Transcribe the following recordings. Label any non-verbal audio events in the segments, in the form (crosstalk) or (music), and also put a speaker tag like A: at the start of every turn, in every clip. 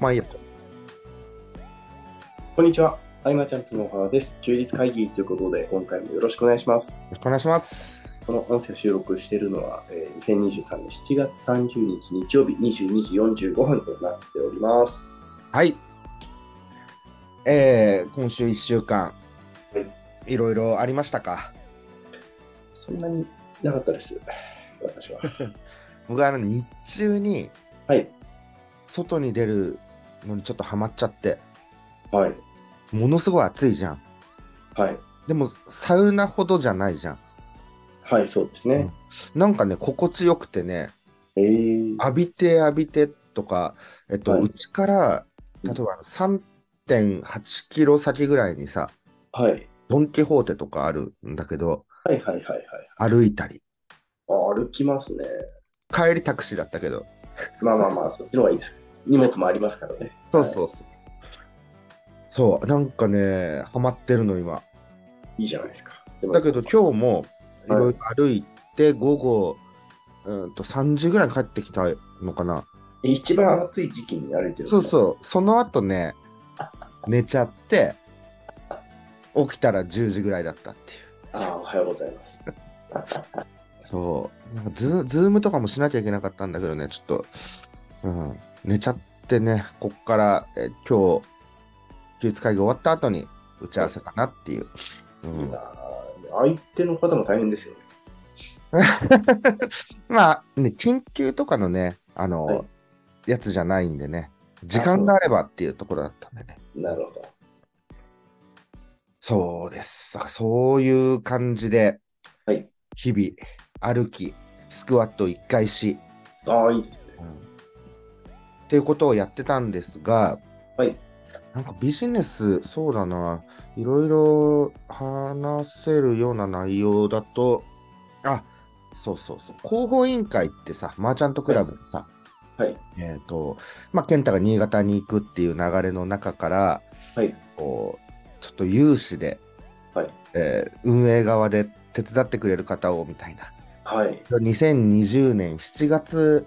A: まあいいや。
B: こんにちは。アイマちゃんとのはです。休日会議ということで、今回もよろしくお願いします。
A: お願いします。
B: この音声を収録しているのは、えー2023年7月30日日曜日22時45分となっております。
A: はい。えー、今週1週間、いろいろありましたか。
B: そんなになかったです。私
A: (laughs)
B: は。
A: 僕はあの日中に
B: はい。
A: 外に出るのにちょっとハマっちゃって、
B: はい。
A: ものすごい暑いじゃん。
B: はい。
A: でもサウナほどじゃないじゃん。
B: はい、そうですね。
A: なんかね、心地よくてね、
B: えー、
A: 浴びて浴びてとか、えっと、
B: はいう
A: ちから、例えば3.8キロ先ぐらいにさ、
B: はい。はい
A: ドン・キホーテとかあるんだけど、
B: はいはいはい。
A: 歩いたり、
B: あ歩きますね。
A: 帰りタクシーだったけど、
B: まあまあまあ、そっちの方がいいです。荷物もありますからね。
A: そうそうそう。そう、なんかね、ハマってるの今。
B: いいじゃないですか。でも
A: だけど今日もいろいろ歩いて、午後、うんと3時ぐらいに帰ってきたのかな。
B: 一番暑い時期に歩いてる
A: そう
B: う。
A: そう、その後ね、寝ちゃって、起きたら10時ぐらいだったっていう。
B: ああ、おはようございます。
A: そう。なんかズズームとかもしなきゃいけなかったんだけどね、ちょっと、うん、寝ちゃってね、こっから、え今日、休日会議終わった後に打ち合わせかなっていう。うん、
B: あー相手の方も大変ですよね。
A: まあ、ね、緊急とかのね、あの、
B: はい
A: やつじゃないんでね、時間があればっていうところだったんでね。
B: なるほど。
A: そうです。あそういう感じで、
B: はい
A: 日々歩き、スクワット1回し、
B: ああ、いいですね。
A: っていうことをやってたんですが、
B: はい
A: なんかビジネス、そうだな、いろいろ話せるような内容だと、あそうそうそう、広報委員会ってさ、マーチャントクラブのさ、
B: はい。
A: えっ、と、まあ、健太が新潟に行くっていう流れの中から、
B: はい
A: こうちょっと有志で、
B: はい
A: えー運営側で手伝ってくれる方をみたいな。
B: はい。
A: 2020年7月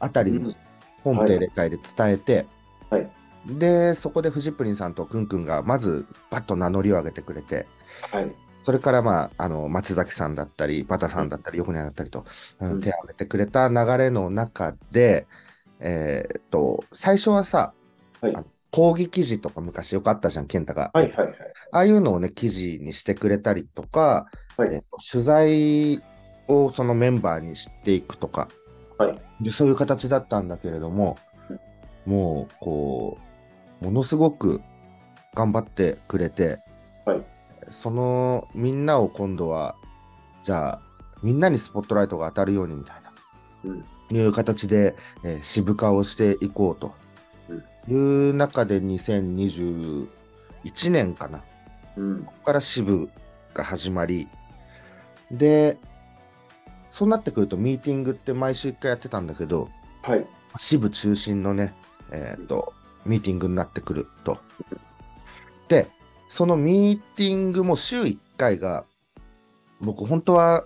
A: あたりに本定例会で伝えて、
B: はい
A: で、そこでフジプリンさんとくんくんがまずバッと名乗りを上げてくれて、
B: はい。
A: それから、まあ、あの松崎さんだったり、バタさんだったり、横にだったりと、うん
B: うん
A: 手を挙げてくれた流れの中で、えーっと最初はさ、
B: はい
A: あの講義記事とか昔よくあったじゃん、健太が。
B: はい。はい。はい。
A: ああいうのをね、記事にしてくれたりとか、
B: はい
A: えっと取材をそのメンバーにしていくとか、
B: はい
A: で、そういう形だったんだけれども、もう、こう、ものすごく頑張ってくれて、
B: はい
A: そのみんなを今度は、じゃあ、みんなにスポットライトが当たるようにみたいな、
B: うん
A: いう形で、えー渋化をしていこうと。いう中で2021年かな、
B: うん。
A: ここから支部が始まり、で、そうなってくるとミーティングって毎週1回やってたんだけど、
B: はい。
A: 支部中心のね、えっ、と、ミーティングになってくると。で、そのミーティングも週1回が、僕本当は、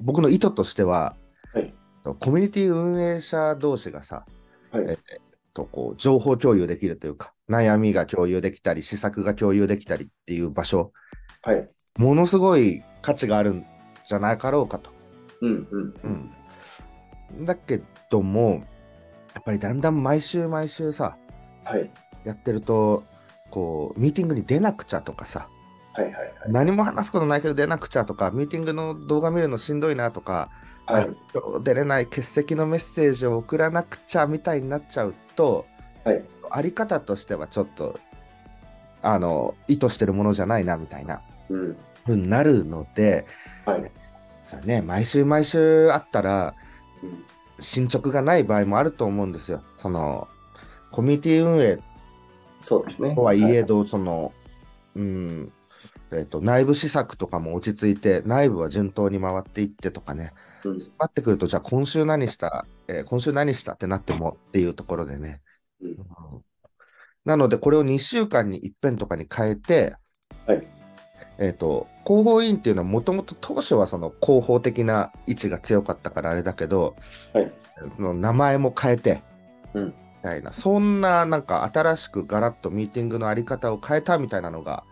A: 僕の意図としては、
B: はい。
A: コミュニティ運営者同士がさ、
B: はい
A: えっとこう情報共有できるというか、悩みが共有できたり、施策が共有できたりっていう場所、
B: はい。
A: ものすごい価値があるんじゃなかろうかと。
B: うん。うん。
A: だけども、やっぱりだんだん毎週毎週さ、
B: はい。
A: やってると、こう、ミーティングに出なくちゃとかさ、
B: はい。はい。はい。
A: 何も話すことないけど出なくちゃとか、ミーティングの動画見るのしんどいなとか、
B: はい。
A: 今日出れない欠席のメッセージを送らなくちゃみたいになっちゃうと、
B: はい
A: あり方としてはちょっと、あの、意図してるものじゃないなみたいな、
B: うん。
A: ふうになるので、
B: はい。
A: そうね、毎週毎週あったら
B: うん。
A: 進捗がない場合もあると思うんですよ。そのコミュニティ運営
B: そうですね。
A: とはいえど、その、うん、えっ、と、内部施策とかも落ち着いて、内部は順当に回っていってとかね、
B: はい。うん
A: なってくると、じゃあ今週何した、えー今週何したってなってもっていうところでね。
B: うん
A: なので、これを2週間に一遍とかに変えて、
B: はい
A: えっ、と、広報委員っていうのはもともと当初はその広報的な位置が強かったからあれだけど、
B: はい
A: その名前も変えて、
B: うん
A: えたいな、そんななんか新しくガラッとミーティングのあり方を変えたみたいなのが、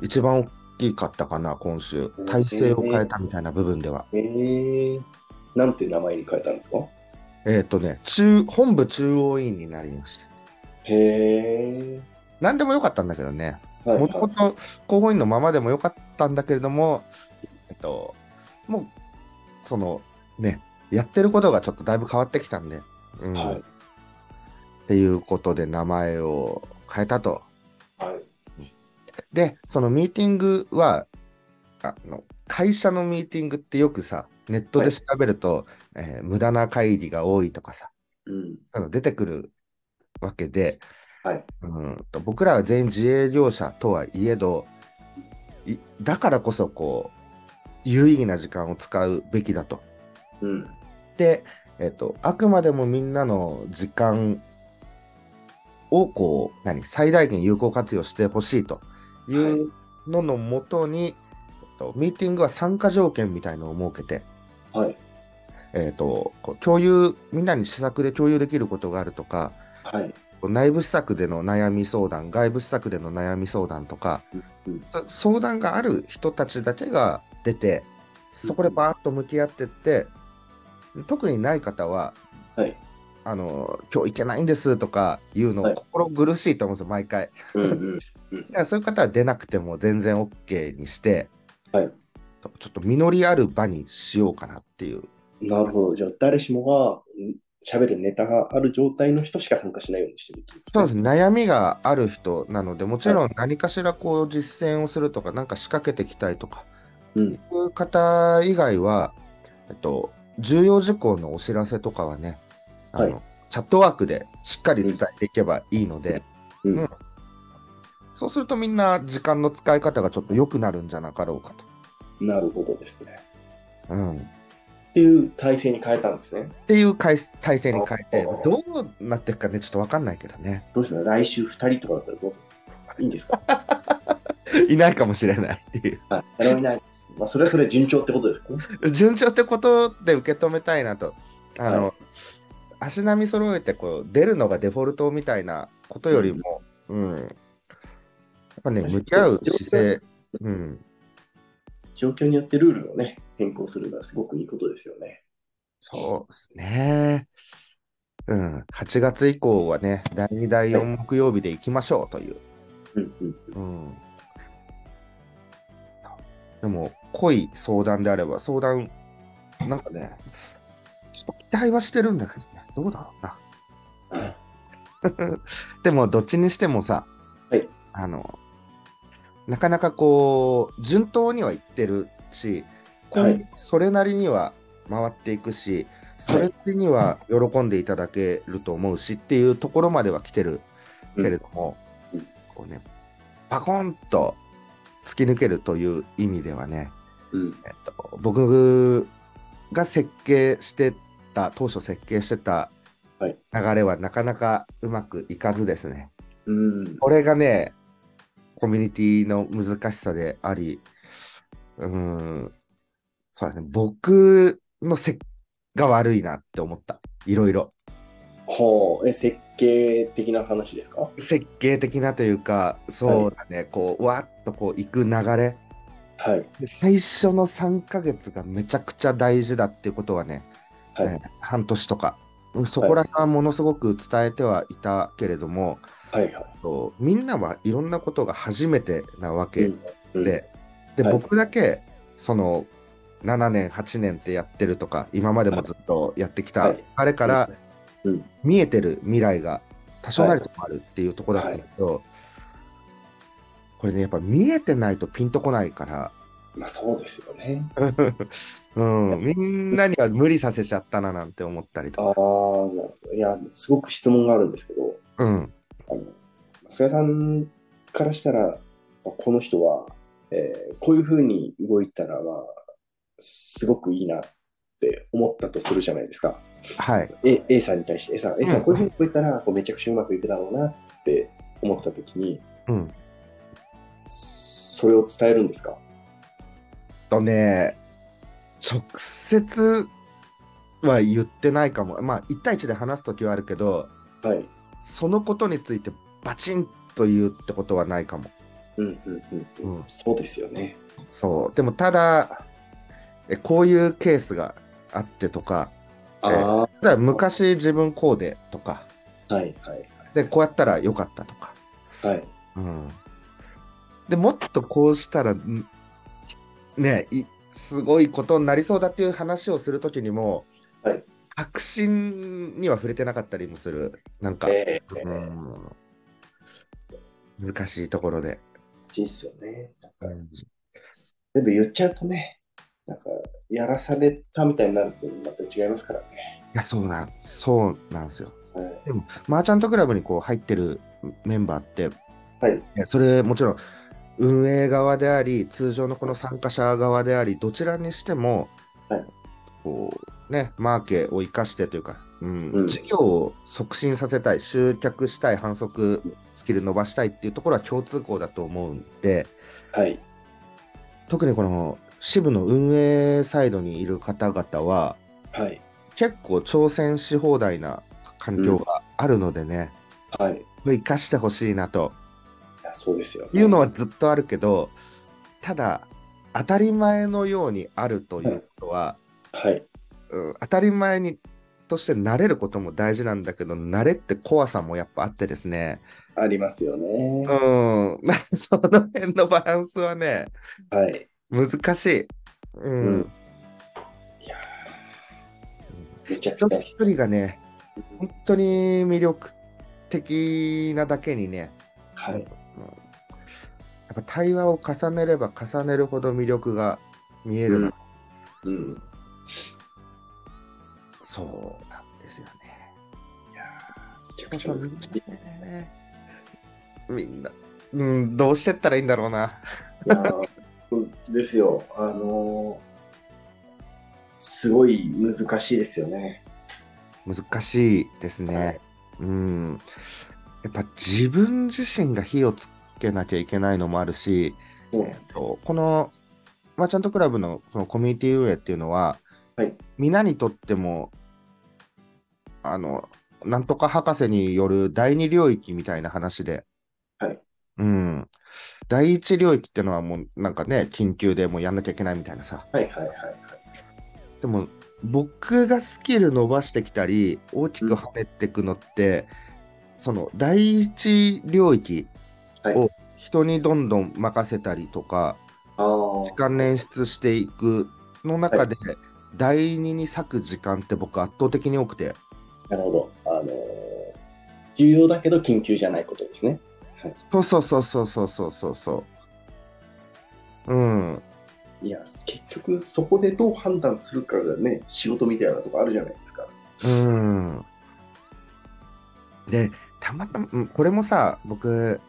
A: 一番大きかったかな、今週
B: う。ん
A: 体制を変えたみたいな部分では。
B: えー、なんて名前に変えたんですか
A: えっ、とね、中、本部中央委員になりました。
B: へえ。
A: 何でもよかったんだけどね、
B: はい
A: もともと候補員のままでもよかったんだけれども、えっと、もう、その、ね、やってることがちょっとだいぶ変わってきたんで、うん
B: はい
A: っていうことで名前を変えたと。
B: はい。はい
A: で、そのミーティングは、あの、会社のミーティングってよくさ、ネットで調べると、えー無駄な会議が多いとかさ、
B: うん。
A: あの出てくるわけで、
B: はい
A: うんと僕らは全員自営業者とはいえどいだからこそこう有意義な時間を使うべきだと。
B: うん。
A: で、えっとあくまでもみんなの時間をこう何最大限有効活用してほしいというののもとに、えっとミーティングは参加条件みたいのを設けて、
B: はい。
A: えっとこう共有みんなに施策で共有できることがあるとか、
B: はい。
A: 内部施策での悩み相談、外部施策での悩み相談とか、
B: うん
A: 相談がある人たちだけが出て、そこでバーッと向き合ってって、特にない方は、
B: はい。
A: あの今日行けないんですとかいうの
B: はい
A: 心苦しいと思うんですよ、毎回。
B: うんうん。
A: だからそういう方は出なくても全然 OK にして、
B: はい
A: ちょっと実りある場にしようかなっていう。
B: なるほど。じゃあ、誰しもがん喋るネタがある状態の人しか参加しないようにしてるってこと
A: そうです
B: ね。
A: ね、悩みがある人なので、もちろん何かしらこう実践をするとか、なんか仕掛けてきたいとか、
B: うん。
A: そういう方以外は、えっと、重要事項のお知らせとかはね、あの
B: は
A: チャットワークでしっかり伝えていけばいいので、
B: うん
A: うんそうするとみんな時間の使い方がちょっと良くなるんじゃなかろうか
B: なるほどですね。
A: と。うん、っ
B: っていう体制に変えたんですね。
A: ていう体体制に変えて
B: ああ、
A: どうなっていくかね、ちょっとわかんないけどね。 (laughs)
B: どうしよう。来週2人とかだったらどうするいいんですか
A: いないかもしれないっていう。
B: (laughs) はい。誰もいない。まあ、それはそれ順調ってことですかね。
A: 順調ってことで受け止めたいなと。あの、足並み揃えてこう出るのがデフォルトみたいなことよりも、うん。やっぱね、向き合う姿勢、うん。
B: 状況によってルールをね、変更するのはすごくいいことですよね。
A: そうですね。うん。8月以降はね、第2、第4木曜日で行きましょうという。
B: うんうん。
A: うん。でも、濃い相談であれば、相談、なんかね、ちょっと期待はしてるんだけどね、どうだろうな。
B: はい
A: でもどっちにしてもさ、
B: はい
A: あのなかなかこう順当にはいってるし、こう
B: はい
A: それなりには回っていくしそれなりには喜んでいただけると思うしっていうところまでは来てるけれども、
B: うんうん
A: こうね、パコンと突き抜けるという意味ではね、
B: うん。
A: えっと、僕が設計してた当初設計してた
B: はい
A: 流れはなかなかうまくいかずですね、
B: うん。
A: これがねコミュニティの難しさでありうーんそうだね僕のせが悪いなって思ったいろいろ
B: ほう。え、設計的な話ですか
A: 設計的なというかそうだね、こうわーっとこう行く流れ
B: はい。
A: で最初の3ヶ月がめちゃくちゃ大事だっていうことはね
B: はい。
A: えー半年とか、うんそこら辺はものすごく伝えてはいたけれども、
B: はいは
A: そうみんなはいろんなことが初めてなわ
B: い。
A: け
B: う
A: で、
B: んうん
A: で
B: はい
A: 僕だけその7年8年ってやってるとか今までもずっとやってきた、
B: はい
A: あれから
B: うん
A: 見えてる未来が多少なりともあるっていうところだったんだけど、これねやっぱ見えてないとピンとこないから、
B: まあそうですよね。
A: うん、みんなには無理させちゃったななんて思ったり
B: あ
A: と
B: あ、なるほどいや、すごく質問があるんですけど、
A: か。うん
B: あの、菅さんからしたら、この人は、えーこういうふうに動いたら、まあ、すごくいいなって思ったとするじゃないですか。
A: はい
B: A, A さんに対して A さん、A さ
A: うん
B: ん、こういうふうに動いたら、こうめちゃくちゃうまくいくだろうなって思ったときに、
A: うん、
B: それを伝えるんですか
A: とね、直接は言ってないかも。まあ、1対1で話すときはあるけど、
B: はい。
A: そのことについてバチンと言うってことはないかも。
B: うんうんうんうん。
A: うん
B: そうですよね。
A: そう。でもただ、えこういうケースがあってとか、
B: ああ、は
A: ただ昔自分こうでとか、
B: いはいはい。
A: で、こうやったらよかったとか。
B: はい。
A: うん。でもっとこうしたら、んねいすごいことになりそうだっていう話をするときにも、
B: はい
A: 確信には触れてなかったりもする。なんか、
B: ええ
A: うん、難しいところで。
B: いいっすよね。なんか全部言っちゃうとね、なんか、やらされたみたいになるとまた違いますからね。
A: いや、そうなん、そうなんですよ。
B: はい。
A: でも、マーチャントクラブにこう入ってるメンバーって、
B: はい。
A: いやそれもちろん運営側であり、通常のこの参加者側であり、どちらにしても、
B: はい
A: こうね、マーケを生かしてというか、うん
B: うん
A: 事業を促進させたい、集客したい、反則スキル伸ばしたいっていうところは共通項だと思うんで、
B: はい。
A: 特にこの支部の運営サイドにいる方々は、
B: はい。
A: 結構挑戦し放題な環境があるのでね、
B: はい。い
A: 生かしてほしいなと
B: やそうですよ、ね。
A: いうのはずっとあるけど、ただ、当たり前のようにあるということは、
B: はい。
A: うん当たり前にとして慣れることも大事なんだけど、慣れって怖さもやっぱあってですね、
B: ありますよね
A: うん、。 (laughs) その辺のバランスはね、
B: はい。
A: 難しい。うん。
B: うんめちゃ
A: 一
B: くち
A: 人
B: ゃ。
A: 一人がね、本当に魅力的なだけにね、
B: はい。
A: やっぱ対話を重ねれば重ねるほど魅力が見えるな、
B: うんうん。
A: そうなんですよね。
B: めちゃくちゃ難しい。い
A: みんな、うん、どうしてったらいいんだろうな。
B: やーそうですよ。あのーすごい難しいですよね。
A: 難しいですね。
B: はい
A: うん。やっぱ自分自身が火をつけなきゃいけないのもあるし、
B: うん
A: えっと、このマーチャントクラブのそのコミュニティ運営っていうのは、
B: はい
A: 皆にとっても、あの、なんとか博士による第二領域みたいな話で、
B: はい
A: うん。第一領域ってのはもうなんかね、緊急でもうやんなきゃいけないみたいなさ。
B: はいはいはいはい。
A: でも、僕がスキル伸ばしてきたり、大きく跳ねていくのって、その第一領域
B: はい
A: を人にどんどん任せたりとか、
B: ああ。
A: 時間捻出していくの中で、第二に割く時間って僕圧倒的に多くて
B: なるほど。あのー重要だけど緊急じゃないことですね。
A: そうそうそうそうそうそうそうそううん
B: いや、結局そこでどう判断するかがね、仕事みたいなとこあるじゃないですか。
A: うんでたまたまうんこれもさ僕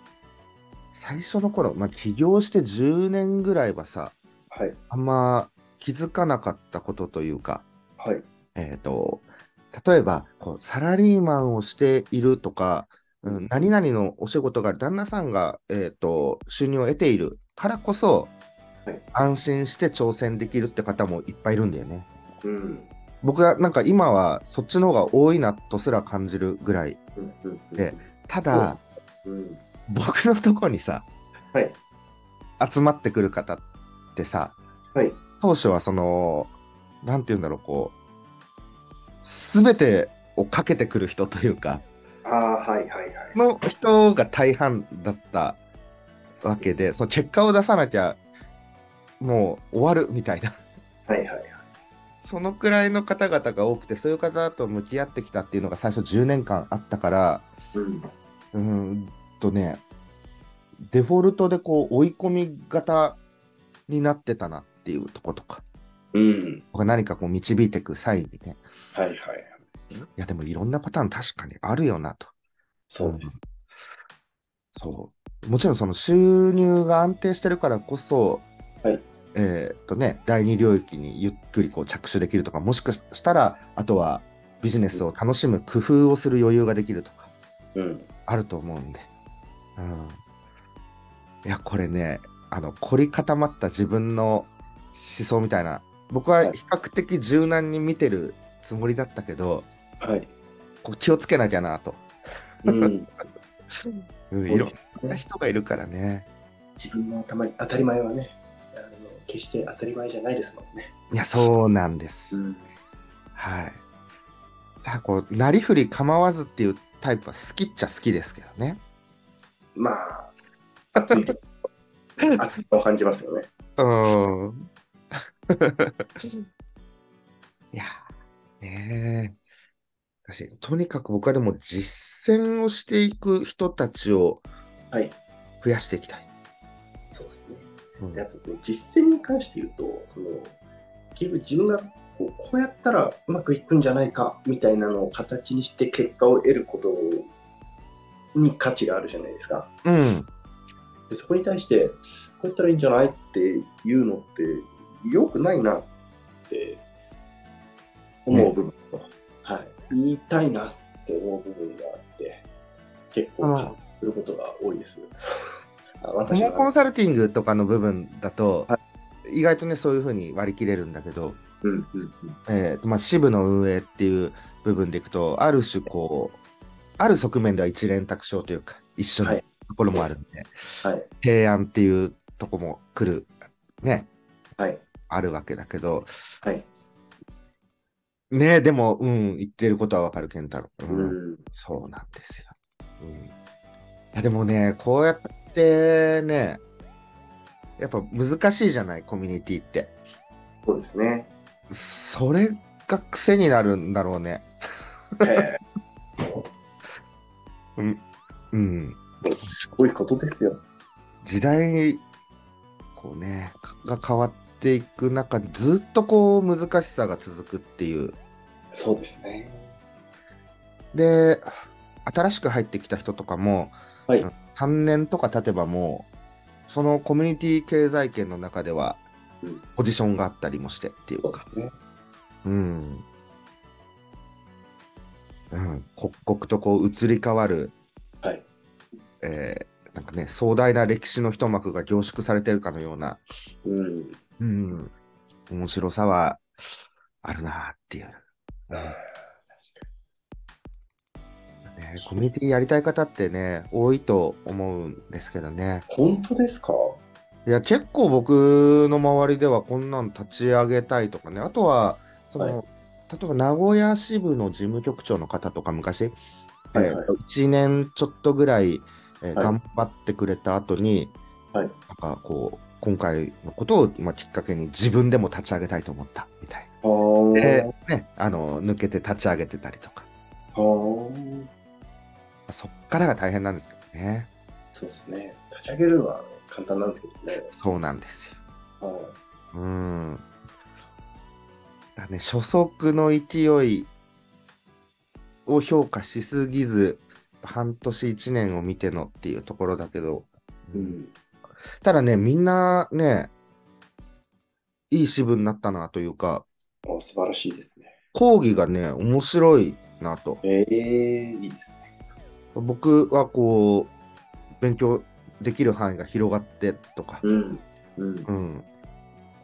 A: 最初の頃、まあ、起業して10年ぐらいはさ
B: はい。
A: あんま気づかなかったことというか
B: はい。
A: えー、と例えばこうサラリーマンをしているとか、うん、何々のお仕事がある旦那さんが、えー、と収入を得ているからこそ、
B: はい
A: 安心して挑戦できるって方もいっぱいいるんだよね。
B: うん。
A: 僕はなんか今はそっちの方が多いなとすら感じるぐらい
B: うんうんうん
A: で、た
B: そうで
A: だ
B: すうん。
A: 僕のとこにさ
B: はい。
A: 集まってくる方ってさ
B: はい。
A: 当初はそのなんて言うんだろうこう全てをかけてくる人というか (laughs)
B: ああ、はいはいはい。
A: の人が大半だったわけで、その結果を出さなきゃもう終わるみたいな、 (laughs)
B: はいはいはい。
A: そのくらいの方々が多くて、そういう方と向き合ってきたっていうのが最初10年間あったから、
B: うん。
A: うーんとね、デフォルトでこう追い込み型になってたなっていうとことか、
B: うん。
A: 僕が何かこう導いていく際にね、
B: はいはいはい。
A: いやでもいろんなパターン確かにあるよなと。
B: そうです。
A: そう。もちろんその収入が安定してるからこそ、
B: はい
A: えーっとね、第二領域にゆっくりこう着手できるとか、もしかしたら、あとはビジネスを楽しむ工夫をする余裕ができるとか、
B: うん。
A: あると思うんで。うん。いや、これね、あの、凝り固まった自分の思想みたいな、僕は比較的柔軟に見てるつもりだったけど、
B: はい。
A: こう気をつけなきゃなと。
B: うん、
A: うんいろんな人がいるからね。
B: (laughs) 自分のたまに当たり前はねあの、決して当たり前じゃないですもんね。
A: いや、そうなんです。
B: ん、
A: はい。だからこう、なりふり構わずっていうタイプは好きっちゃ好きですけどね。
B: まあ、熱い、熱いのを感じますよね。
A: うん。 (laughs) いやー、ねえ。私、とにかく僕はでも実践をしていく人たちを
B: はい
A: 増やしていきたい。
B: そうですね。
A: うん
B: であとその実践に関して言うと、その結局自分がこうこうやったらうまくいくんじゃないかみたいなのを形にして結果を得ることに価値があるじゃないですか。
A: うん。
B: でそこに対して、こうやったらいいんじゃないっていうのって良くないなって思う部分と、はい、言いたいなって思う部分があって、結構感じすることが多いです。あ
A: ホ
B: 私
A: モコン
B: は、
A: サルティングとかの部分だと
B: は、
A: 意外とね、そういうふうに割り切れるんだけど、
B: うんうんうん、
A: えーとまあ、支部の運営っていう部分でいくと、ある種こう、ある側面では一連卓章というか、一緒
B: は
A: の
B: い
A: ところもあるんで、
B: はい
A: 提案っていうとこも来る、ね、
B: はい
A: あるわけだけど、
B: はい。
A: ね、でも、うん、言ってることはわかる、健太郎。う
B: うんん
A: そうなんですよ。うん、いやでもね、こうやってね、やっぱ難しいじゃない、コミュニティって。
B: そうですね。
A: それが癖になるんだろうね。
B: え
A: うん。
B: ー (laughs) すごいことですよ。
A: 時代、こうね、が変わっていく中、ずっとこう難しさが続くっていう。
B: そうですね。
A: で、新しく入ってきた人とかも、
B: はい
A: うん3年とか経てばもう、そのコミュニティ経済圏の中では
B: うん、
A: ポジションがあったりもしてっていう
B: そう
A: か。
B: ですね。
A: うん。うん、刻々とこう移り変わる、
B: はい。
A: えーなんかね、壮大な歴史の一幕が凝縮されてるかのような、
B: うん。
A: うん、面白さはあるなっていう、
B: あー
A: ね。コミュニティやりたい方ってね、多いと思うんですけどね。
B: 本当ですか
A: いや、結構僕の周りではこんなん立ち上げたいとかね。あとは、その、例えば名古屋支部の事務局長の方とか昔、
B: はいはい
A: えー1年ちょっとぐらい、えー
B: はい
A: 頑張ってくれた後に、
B: はい
A: なんかこう、今回のことを、まあ、きっかけに自分でも立ち上げたいと思ったみたい
B: あー
A: な。で、ね、あの、抜けて立ち上げてたりとか。
B: あー
A: そっからが大変なんですけどね。
B: そうですね。立ち上げるのは簡単なんですけどね。
A: そうなんですよ。
B: は
A: うん。だね、初速の勢いを評価しすぎず、半年一年を見てのっていうところだけど、
B: い。うん。
A: ただね、みんなね、いい支部になったなというか、
B: あ素晴らしいですね。
A: 講義がね、面白いなと。
B: ええいいですね。
A: 僕はこう、勉強できる範囲が広がってとか、
B: うん。うん。
A: うん。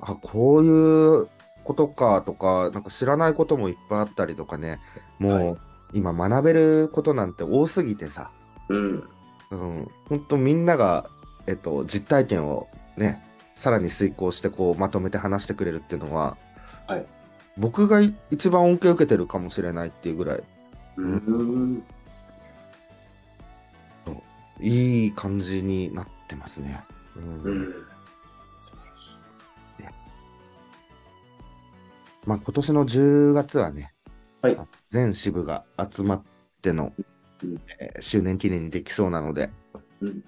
A: あ、こういうことかとか、なんか知らないこともいっぱいあったりとかね、も
B: は
A: う今学べることなんて多すぎてさ、
B: うん。
A: うん、本当みんなが、えっと、実体験をね、さらに遂行してこうまとめて話してくれるっていうのは、
B: はい
A: 僕がい一番恩恵を受けてるかもしれないっていうぐらい、
B: うん。
A: いい感じになってますね。うん
B: うん。素晴らしい。
A: まあ、今年の10月はね、
B: はい
A: 全支部が集まっての、
B: うん
A: えー周年記念にできそうなので、
B: うん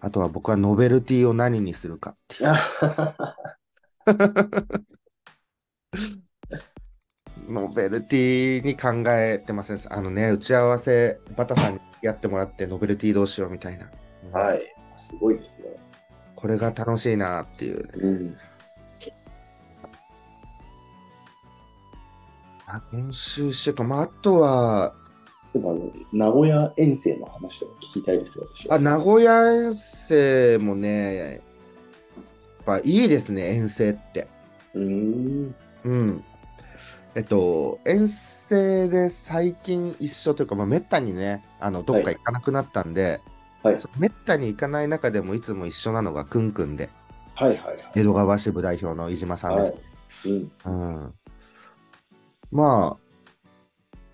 A: あとは僕はノベルティを何にするかって
B: (laughs)
A: いう
B: あはは
A: ノベルティに考えてませんあのね打ち合わせバタさんにやってもらってノベルティどうしようみたいな、
B: はい。すごいですね。
A: これが楽しいなっていう
B: うん。
A: あ今週一週間、まあ、あとは
B: でもあの、名古屋遠征の話とか聞きたいですよ、私は
A: あ名古屋遠征もねやっぱいいですね遠征って
B: うーん。
A: うん。えっと、遠征で最近一緒というか、まあ、めったにね、あのどっか行かなくなったんで、
B: はい
A: そのめったに行かない中でもいつも一緒なのがくんくんで、
B: はいはいはい。
A: 江戸川支部代表の飯島さんです。
B: い。うん。
A: うん、ま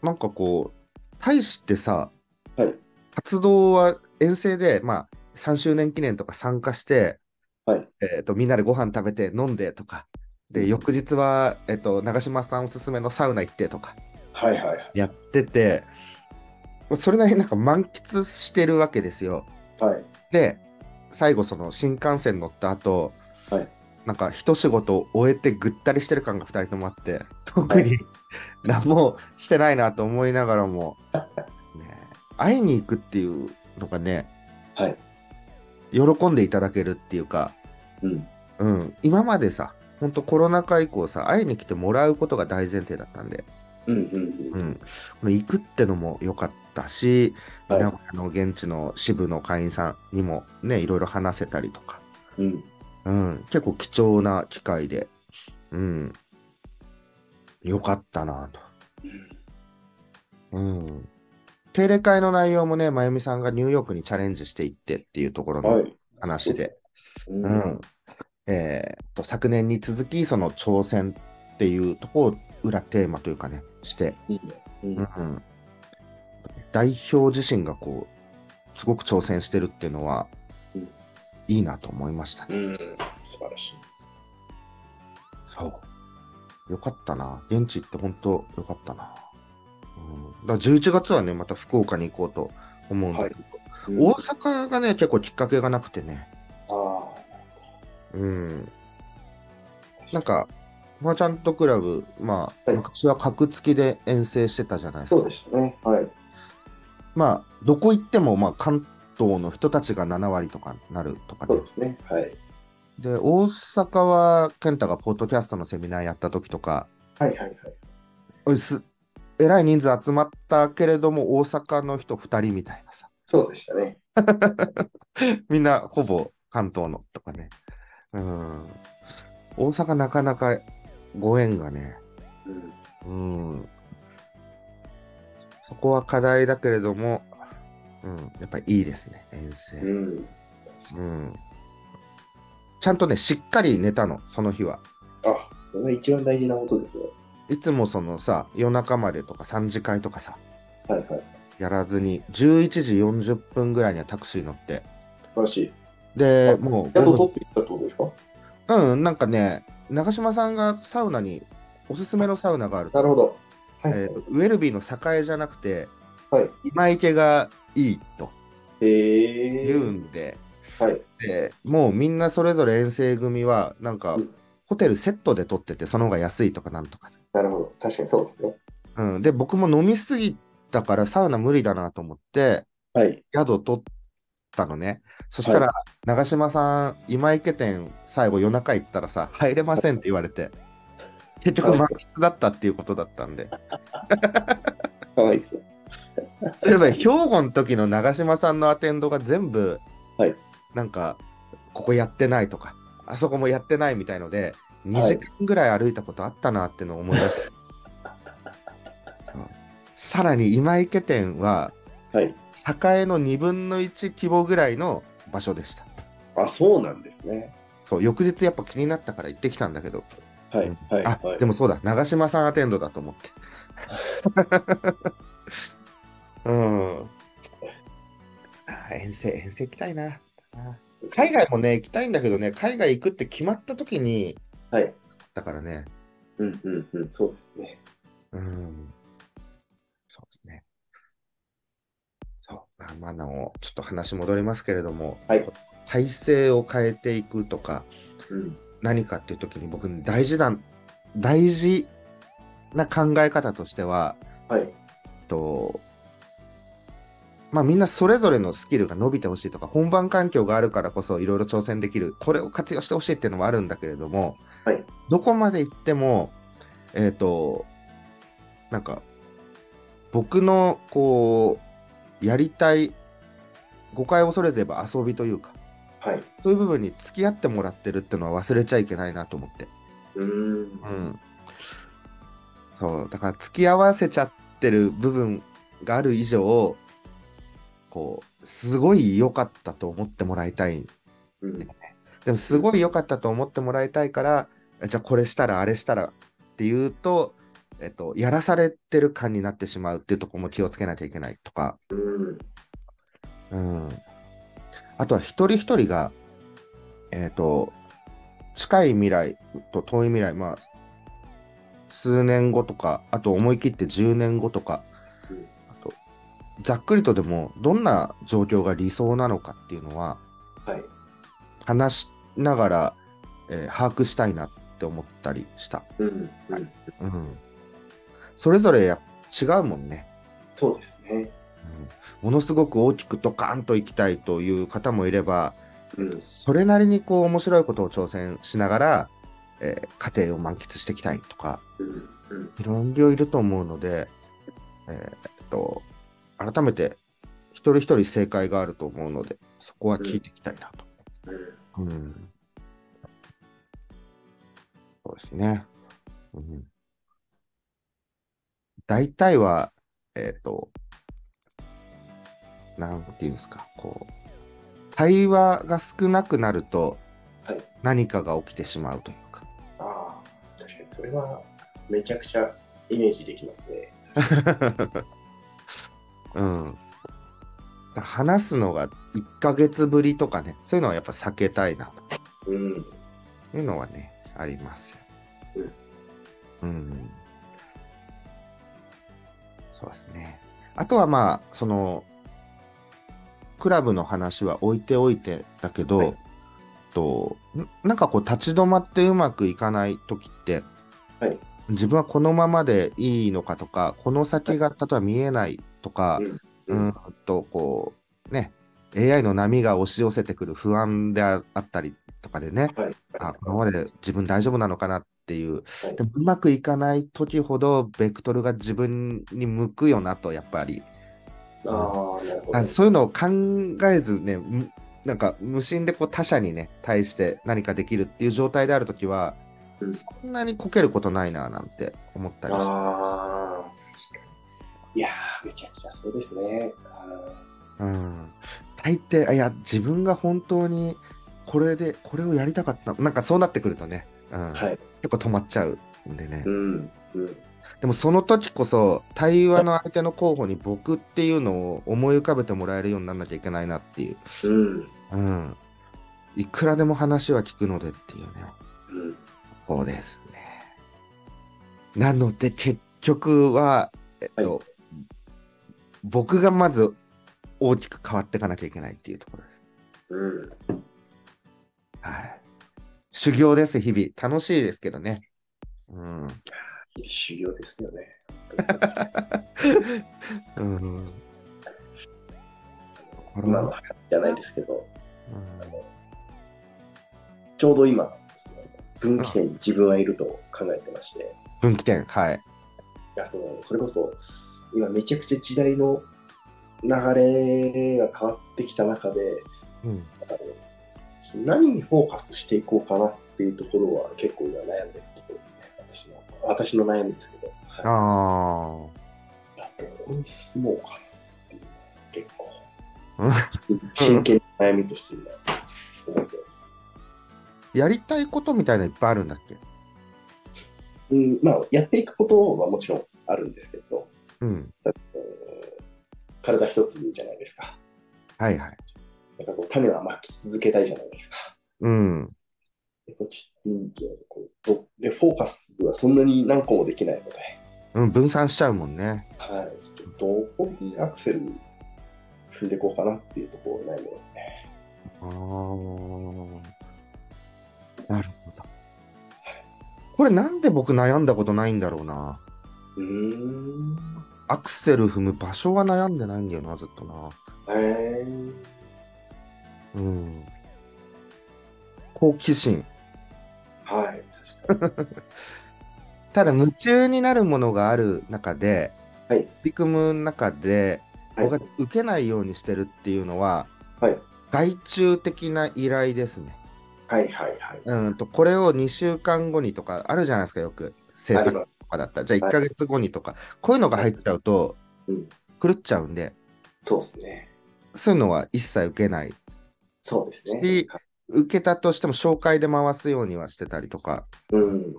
A: あ、なんかこう、大使ってさ、
B: はい
A: 活動は遠征で、まあ、3周年記念とか参加して、
B: はい
A: えー、とみんなでご飯食べて飲んでとか、で翌日は、えっと長嶋さんおすすめのサウナ行ってとか
B: はいはいはい。
A: やってて、それなりになんか満喫してるわけですよ。
B: はい。
A: で、最後、その新幹線乗った後、
B: はい
A: なんか一仕事終えてぐったりしてる感が2人ともあって、特に何もしてないなと思いながら
B: (laughs)
A: も、ね、会いに行くっていうのがね、
B: はい
A: 喜んでいただけるっていうか、
B: うん。
A: うん、今までさ、本当コロナ禍以降さ、会いに来てもらうことが大前提だったんで、
B: うんうん
A: う。ん、これ行くってのも良かったし、
B: はい
A: 名古屋の現地の支部の会員さんにもね、いろいろ話せたりとか、
B: うん。
A: うん、結構貴重な機会で、うん、良かったなと。うん。定例会の内容もね、まゆみさんがニューヨークにチャレンジしていってっていうところ
B: は
A: の
B: い。
A: 話で、
B: そう
A: うん
B: です。う。
A: ん。えーっと、昨年に続き、その挑戦っていうところを裏テーマというかね、して、
B: いいね。うん。
A: うん、代表自身がこうすごく挑戦してるっていうのは、
B: うん
A: いいなと思いましたね。
B: うん。素晴らしい。
A: そうよかったな現地行って本当よかったな、うん、だから11月はねまた福岡に行こうと思うんだけど、大阪がね結構きっかけがなくてね
B: あ
A: うんなんかマーチャントクラブまあ、
B: はい
A: 昔は格付きで遠征してたじゃない
B: あ。
A: ですか
B: そうでしたね。はい。
A: まあ、どこ行っても、まあ、関東の人たちが7割とかなるとか
B: そう
A: で
B: で、すね。はい。
A: で、大阪は、健太がポッドキャストのセミナーやった時とか、
B: はいはいはい。
A: おいす、えらい人数集まったけれども、大阪の人2人みたいなさ、 (laughs)
B: そうでしたね。
A: みんなほぼ関東のとかね。うん。大阪なかなかご縁がね、
B: うん。
A: うん。そこは課題だけれども、うん、やっぱりいいですね、遠征。
B: うん。
A: うん。ちゃんとね、しっかり寝たの、その日は。
B: あ、それが一番大事なことですね。
A: いつもそのさ、夜中までとか3次会とかさ、
B: はいはい。
A: やらずに、11時40分ぐらいにはタクシー乗って、
B: 素晴らしい。
A: で、
B: あ
A: もう
B: 宿
A: 5
B: 取っていったってことですか
A: 分、うん、なんかね、長嶋さんがサウナに、おすすめのサウナがある。
B: なるほど。はいはい
A: えーウェルビーの栄じゃなくて、
B: はい。
A: 今池がいいと
B: へえ。
A: 言うんで、
B: はい。
A: でもうみんなそれぞれ遠征組は、なんか
B: うん、
A: ホテルセットで取ってて、その方が安いとかなんとかで
B: なるほど。確かにそうですね。
A: うん、で、僕も飲みすぎたからサウナ無理だなと思って、
B: はい。
A: 宿取ったのね。そしたら、長嶋さん、今池店、最後夜中行ったらさ、入れませんって言われて、結局
B: はい
A: 満喫だったっていうことだったんで。
B: かわいいですね。
A: そういえ
B: (laughs)
A: ば、兵庫の時の長嶋さんのアテンドが全部、
B: はい
A: なんか、ここやってないとか、あそこもやってないみたいので、2時間ぐらい歩いたことあったなってのを思い
B: (laughs)
A: 出して。うんさらに今池店は、
B: はい。
A: 栄の2分の1規模ぐらいの場所でした。
B: あ、そうなんですね。
A: そう、翌日やっぱ気になったから行ってきたんだけど、
B: はい。はい。
A: あ、
B: はい
A: でもそうだ、長嶋さんアテンドだと思って。 (laughs) うん。あ遠征、遠征行きたいな。海外もね、行きたいんだけどね、海外行くって決まった時に、
B: はい。
A: だからね、
B: うんうんうん。そうですね。
A: うん。そうですね。そう、あまあ、なお、ちょっと話戻りますけれども、
B: はい
A: 体制を変えていくとか、
B: うん。
A: 何かっていう時に僕に大事な、大事な考え方としては、
B: はい。
A: えっと、まあみんなそれぞれのスキルが伸びてほしいとか、本番環境があるからこそいろいろ挑戦できる、これを活用してほしいっていうのもあるんだけれども、
B: はい
A: どこまで行っても、えっ、と、なんか、僕のこう、やりたい、誤解を恐れず言えば遊びというか、
B: はい。
A: そういう部分に付き合ってもらってるっていうのは忘れちゃいけないなと思って。
B: うーん。
A: うんそう、だから付き合わせちゃってる部分がある以上、こう、すごい良かったと思ってもらいたい。
B: うん。
A: でも、すごい良かったと思ってもらいたいから、えじゃあこれしたら、あれしたらっていうと、えっと、やらされてる感になってしまうっていうところも気をつけなきゃいけないとか、
B: うん。
A: うん。あとは一人一人が、えっ、と、近い未来と遠い未来、まあ、数年後とか、あと思い切って10年後とか
B: うん、
A: あと、ざっくりとでも、どんな状況が理想なのかっていうのは、
B: はい。
A: 話しながら、えー把握したいなって思ったりした。
B: うん。う
A: はい
B: ん。
A: うん。それぞれや違うもんね。
B: そうですね。
A: うんものすごく大きくドカーンと行きたいという方もいれば、
B: うん。
A: それなりにこう面白いことを挑戦しながら、えー家庭を満喫していきたいとか、
B: うん。うん。
A: いろんな量いると思うので、えーっと、改めて一人一人正解があると思うので、そこは聞いていきたいなと。
B: うん
A: うん。そうですね。うん。大体は、えっ、と、なんていうんですか、こう、対話が少なくなると
B: はい、
A: 何かが起きてしまうというか。
B: ああ、確かにそれはめちゃくちゃイメージできますね。 (laughs)
A: うん。話すのが1ヶ月ぶりとかね、そういうのはやっぱ避けたいなと。
B: うん。
A: いうのはね、ありますよ。うん。そうですね。あとはまあ、その、クラブの話は置いておいてだけど、
B: はい
A: とんなんかこう立ち止まってうまくいかない時って、
B: はい
A: 自分はこのままでいいのかとか、この先が例えば見えないとか、う
B: うん
A: んとこうね AI の波が押し寄せてくる不安であったりとかでね、
B: はい。
A: あこのままで自分大丈夫なのかなっていう、
B: はい
A: でもうまくいかない時ほどベクトルが自分に向くよなとやっぱり
B: ああ、なるほ
A: あ
B: ど。
A: そういうのを考えずねむなんか無心でこう他者にね対して何かできるっていう状態である時は
B: うん
A: そんなにこけることないななんて思ったりして、
B: ああ、確かに。いやー、めちゃくちゃそうですね。あ
A: うん、大抵あいや自分が本当にこれでこれをやりたかったなんかそうなってくるとね、うん
B: ーはい。
A: 結構止まっちゃうんでね。
B: うん。うん。
A: でもその時こそ対話の相手の候補に僕っていうのを思い浮かべてもらえるようにならなきゃいけないなっていう。
B: うん。
A: うん。いくらでも話は聞くのでっていうね。
B: うん。
A: そうですね。なので結局は、えっと、僕がまず大きく変わっていかなきゃいけないっていうところです。
B: うん。
A: はい。修行です、日々。楽しいですけどね。うん。
B: 日々修行ですよね。
A: うん。これ
B: 今の
A: は、
B: 話じゃないですけど、
A: うん
B: ちょうど今ですね、分岐点に自分はいると考えてまして。
A: 分岐点、はい。
B: いやそのそれこそ今めちゃくちゃ時代の流れが変わってきた中で
A: うん、
B: 何にフォーカスしていこうかなっていうところは結構今悩んでるところですね私の私の悩みですけど、は
A: あ
B: い、いやどこに進もうかなっていうのは結
A: うん
B: 構真剣な悩みとして今思ってます、
A: あ、やりたいことみたいなのいっぱいあるんだっけ
B: うん、まあやっていくことはもちろんあるんですけど、
A: うん。
B: うん体一つじゃないですか
A: はいはい。
B: なんかこう種はまき続けたいじゃないですか
A: うん。
B: でこっちうんとこうどで、フォーカスはそんなに何個もできないので、
A: うん、分散しちゃうもんね。
B: はい、ちょっとどこにアクセル踏んでいこうかなっていうところが悩んでますね。
A: ああ。なるほど。これなんで僕悩んだことないんだろうな。
B: うーん。
A: アクセル踏む場所は悩んでないんだよな、ずっとな。
B: えー、
A: うん。好奇心。
B: はい、確かに。
A: ただ夢中になるものがある中で、
B: はい
A: 取り組む中で、
B: はい
A: 僕が受けないようにしてるっていうのは、
B: はい、
A: 外注的な依頼ですね。
B: はい、はい、はい。
A: うんと、これを2週間後にとかあるじゃないですか、よく。制
B: あり
A: 作
B: ま
A: かだったら、じゃあ
B: は
A: 1
B: い
A: ヶ月後にとか、こういうのが入っちゃうと
B: うん、
A: 狂っちゃうんで、
B: そうですね。
A: そういうのは一切受けない。
B: そうですね
A: し。受けたとしても紹介で回すようにはしてたりとか、
B: うん。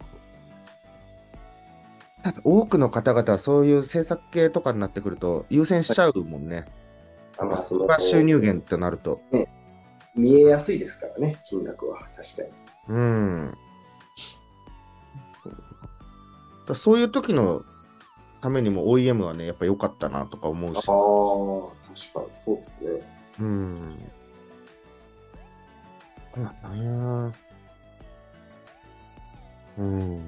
A: ただ多くの方々はそういう制作系とかになってくると優先しちゃうもんね。
B: あまあ、そ
A: そ
B: の
A: こが収入源ってなると。
B: 見えやすいですからね、金額は。確かに。
A: うん。だそういう時のためにも OEM はね、やっぱ良かったなとか思うし。
B: ああ、確かにそうですね。
A: うん。そうだな。うん。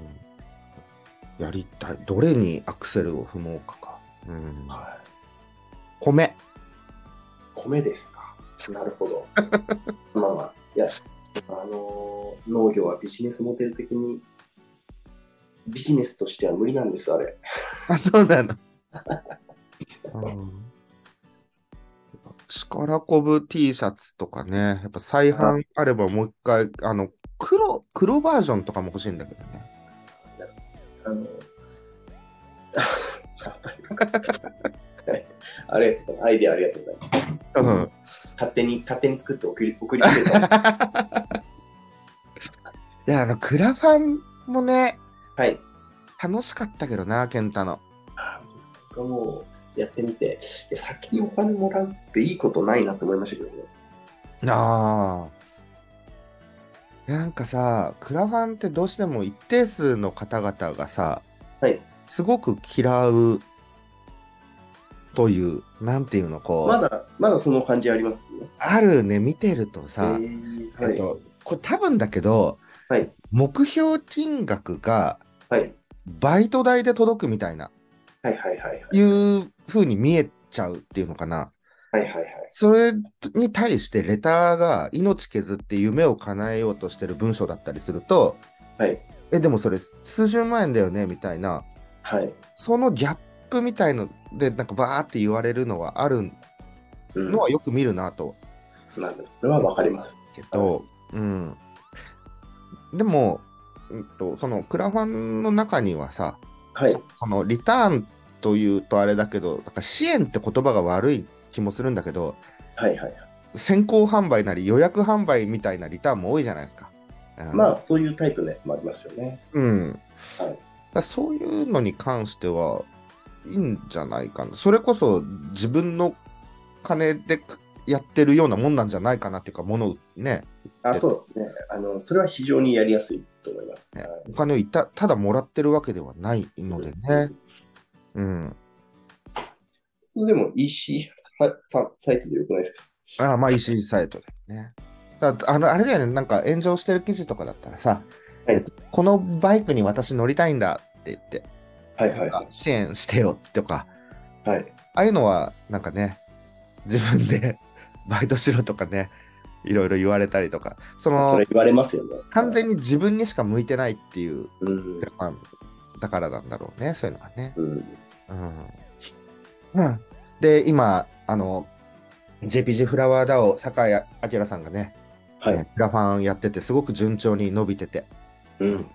A: やりたい。どれにアクセルを踏もうかか。うん。
B: はい。
A: 米。
B: 米ですか。 (laughs) なるほど。まあまあ、いや、あのー農業はビジネスモデル的に、ビジネスとしては無理なんです、あれ。
A: あ、そうなの。力こぶ T シャツとかね、やっぱ再販あればもう一回、あの、黒、黒バージョンとかも欲しいんだけどね。
B: あの、 (laughs) はいありがとうございます。アイデアありがとうございます。
A: うん。
B: 勝手に、勝手に作って送り、送りつけ (laughs) た。
A: いや、あの、クラファンもね、
B: はい。
A: 楽しかったけどな、健太の。
B: あ僕はもう、やってみて、いや先にお金もらうっていいことないなと思いましたけどね。
A: ああ。なんかさ、クラファンってどうしても一定数の方々がさ、
B: はい
A: すごく嫌うという、なんていうの、こう。
B: まだ、まだその感じありますね。
A: あるね、見てると
B: え
A: さ、
B: ー
A: えっと、これ多分だけど、
B: はい
A: 目標金額が
B: はい、はい、
A: バイト代で届くみたいな、
B: はい、はい、はい、はい
A: いう風に見えちゃうっていうのかな。
B: はい、はい。
A: それに対してレターが命削って夢を叶えようとしてる文章だったりすると、
B: はい
A: え、でもそれ数十万円だよね、みたいな、
B: はい。
A: そのギャップみたいので、なんかバーって言われるのはある
B: うん、
A: のはよく見るなと
B: なんだそれはわかります。
A: けど、うん。でも、うんと、そのクラファンの中にはさ、
B: はい。
A: そのリターンというとあれだけど、なんか支援って言葉が悪い気もするんだけど、
B: はい、はい。
A: 先行販売なり予約販売みたいなリターンも多いじゃないですか。うん、
B: まあ、そういうタイプのやつもありますよね。
A: うん。だ
B: はい
A: からそういうのに関しては、いいんじゃないかな。それこそ自分の金でやってるようなもんなんじゃないかなっていうか、ものをね、
B: あ、そうですね。あの、それは非常にやりやすいと思います。
A: ね
B: はい
A: お金をいたただもらってるわけではないのでね。うん。
B: それでも EC ささサイトでよくないですか
A: ああまあ、EC サイトですね。だあのあれだよね、なんか炎上してる記事とかだったらさ、
B: はい
A: えっとこのバイクに私乗りたいんだって言って、
B: はいはい
A: な
B: は
A: んか支援してよとか、
B: い。はい、
A: ああいうのはなんかね、自分でバイトしろとかね、いろいろ言われたりとか、そ
B: そ
A: の
B: れ言われますよね。
A: 完全
B: に。
A: に自分にしか向いてないっていう、
B: うん
A: ファンだからなんだろうね、そういうのがね。
B: うん、
A: うんうん、で、今、あの、JPG フラワーダオ、酒井明さんがね、
B: は
A: えー
B: い。
A: フラファンやってて、すごく順調に伸びてて、
B: うん。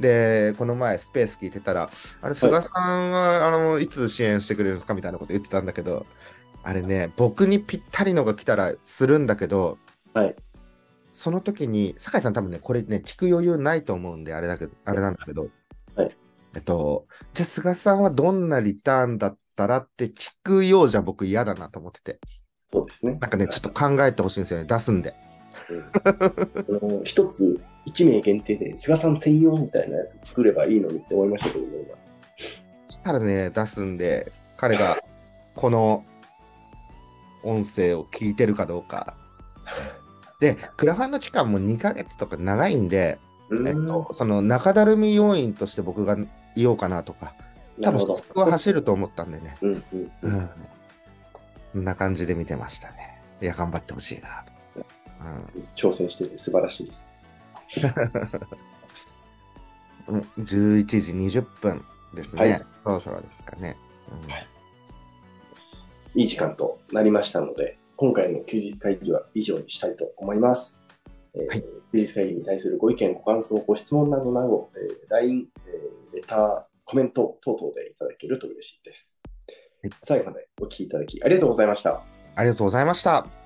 A: で、この前、スペース聞いてたら、あれ、菅さんは、あの、いつ支援してくれるんですかみたいなこと言ってたんだけど、あれね、僕にぴったりのが来たらするんだけど、
B: はい
A: その時に、酒井さん、多分ね、これね、聞く余裕ないと思うんで、あれだけど、あれなんだけど、
B: はい
A: えっと、じゃあ、菅さんはどんなリターンだったらって聞くようじゃ僕嫌だなと思ってて、
B: そうですね。
A: なんかね、ちょっと考えてほしいんですよね、出すんで。
B: あの一つ、一名限定で、菅さん専用みたいなやつ作ればいいのにって思いましたけどね、
A: したらね、出すんで、彼がこの音声を聞いてるかどうか。で、クラファンの期間も2ヶ月とか長いんで、
B: 今
A: えっ
B: うん
A: と、その中だるみ要員として僕がいようかなとか、多
B: なる
A: 分
B: ほ
A: そ
B: ど。
A: こは走ると思ったんでね。
B: うんうん
A: う
B: うん
A: ん。こんな感じで見てましたね。いや、頑張ってほしいなと。うん
B: 挑戦してて素晴らしいです。
A: うん、11時20分ですね。
B: はい
A: そろそろですかね。うん
B: はいいい時間となりましたので、今回の休日会議は以上にしたいと思います。えー
A: はい
B: 休日会議に対するご意見、ご感想、ご質問などなど、えー LINE、えーレタコメント等々でいただけると嬉しいです。最後までお聞きいただきありがとうございました。
A: ありがとうございました。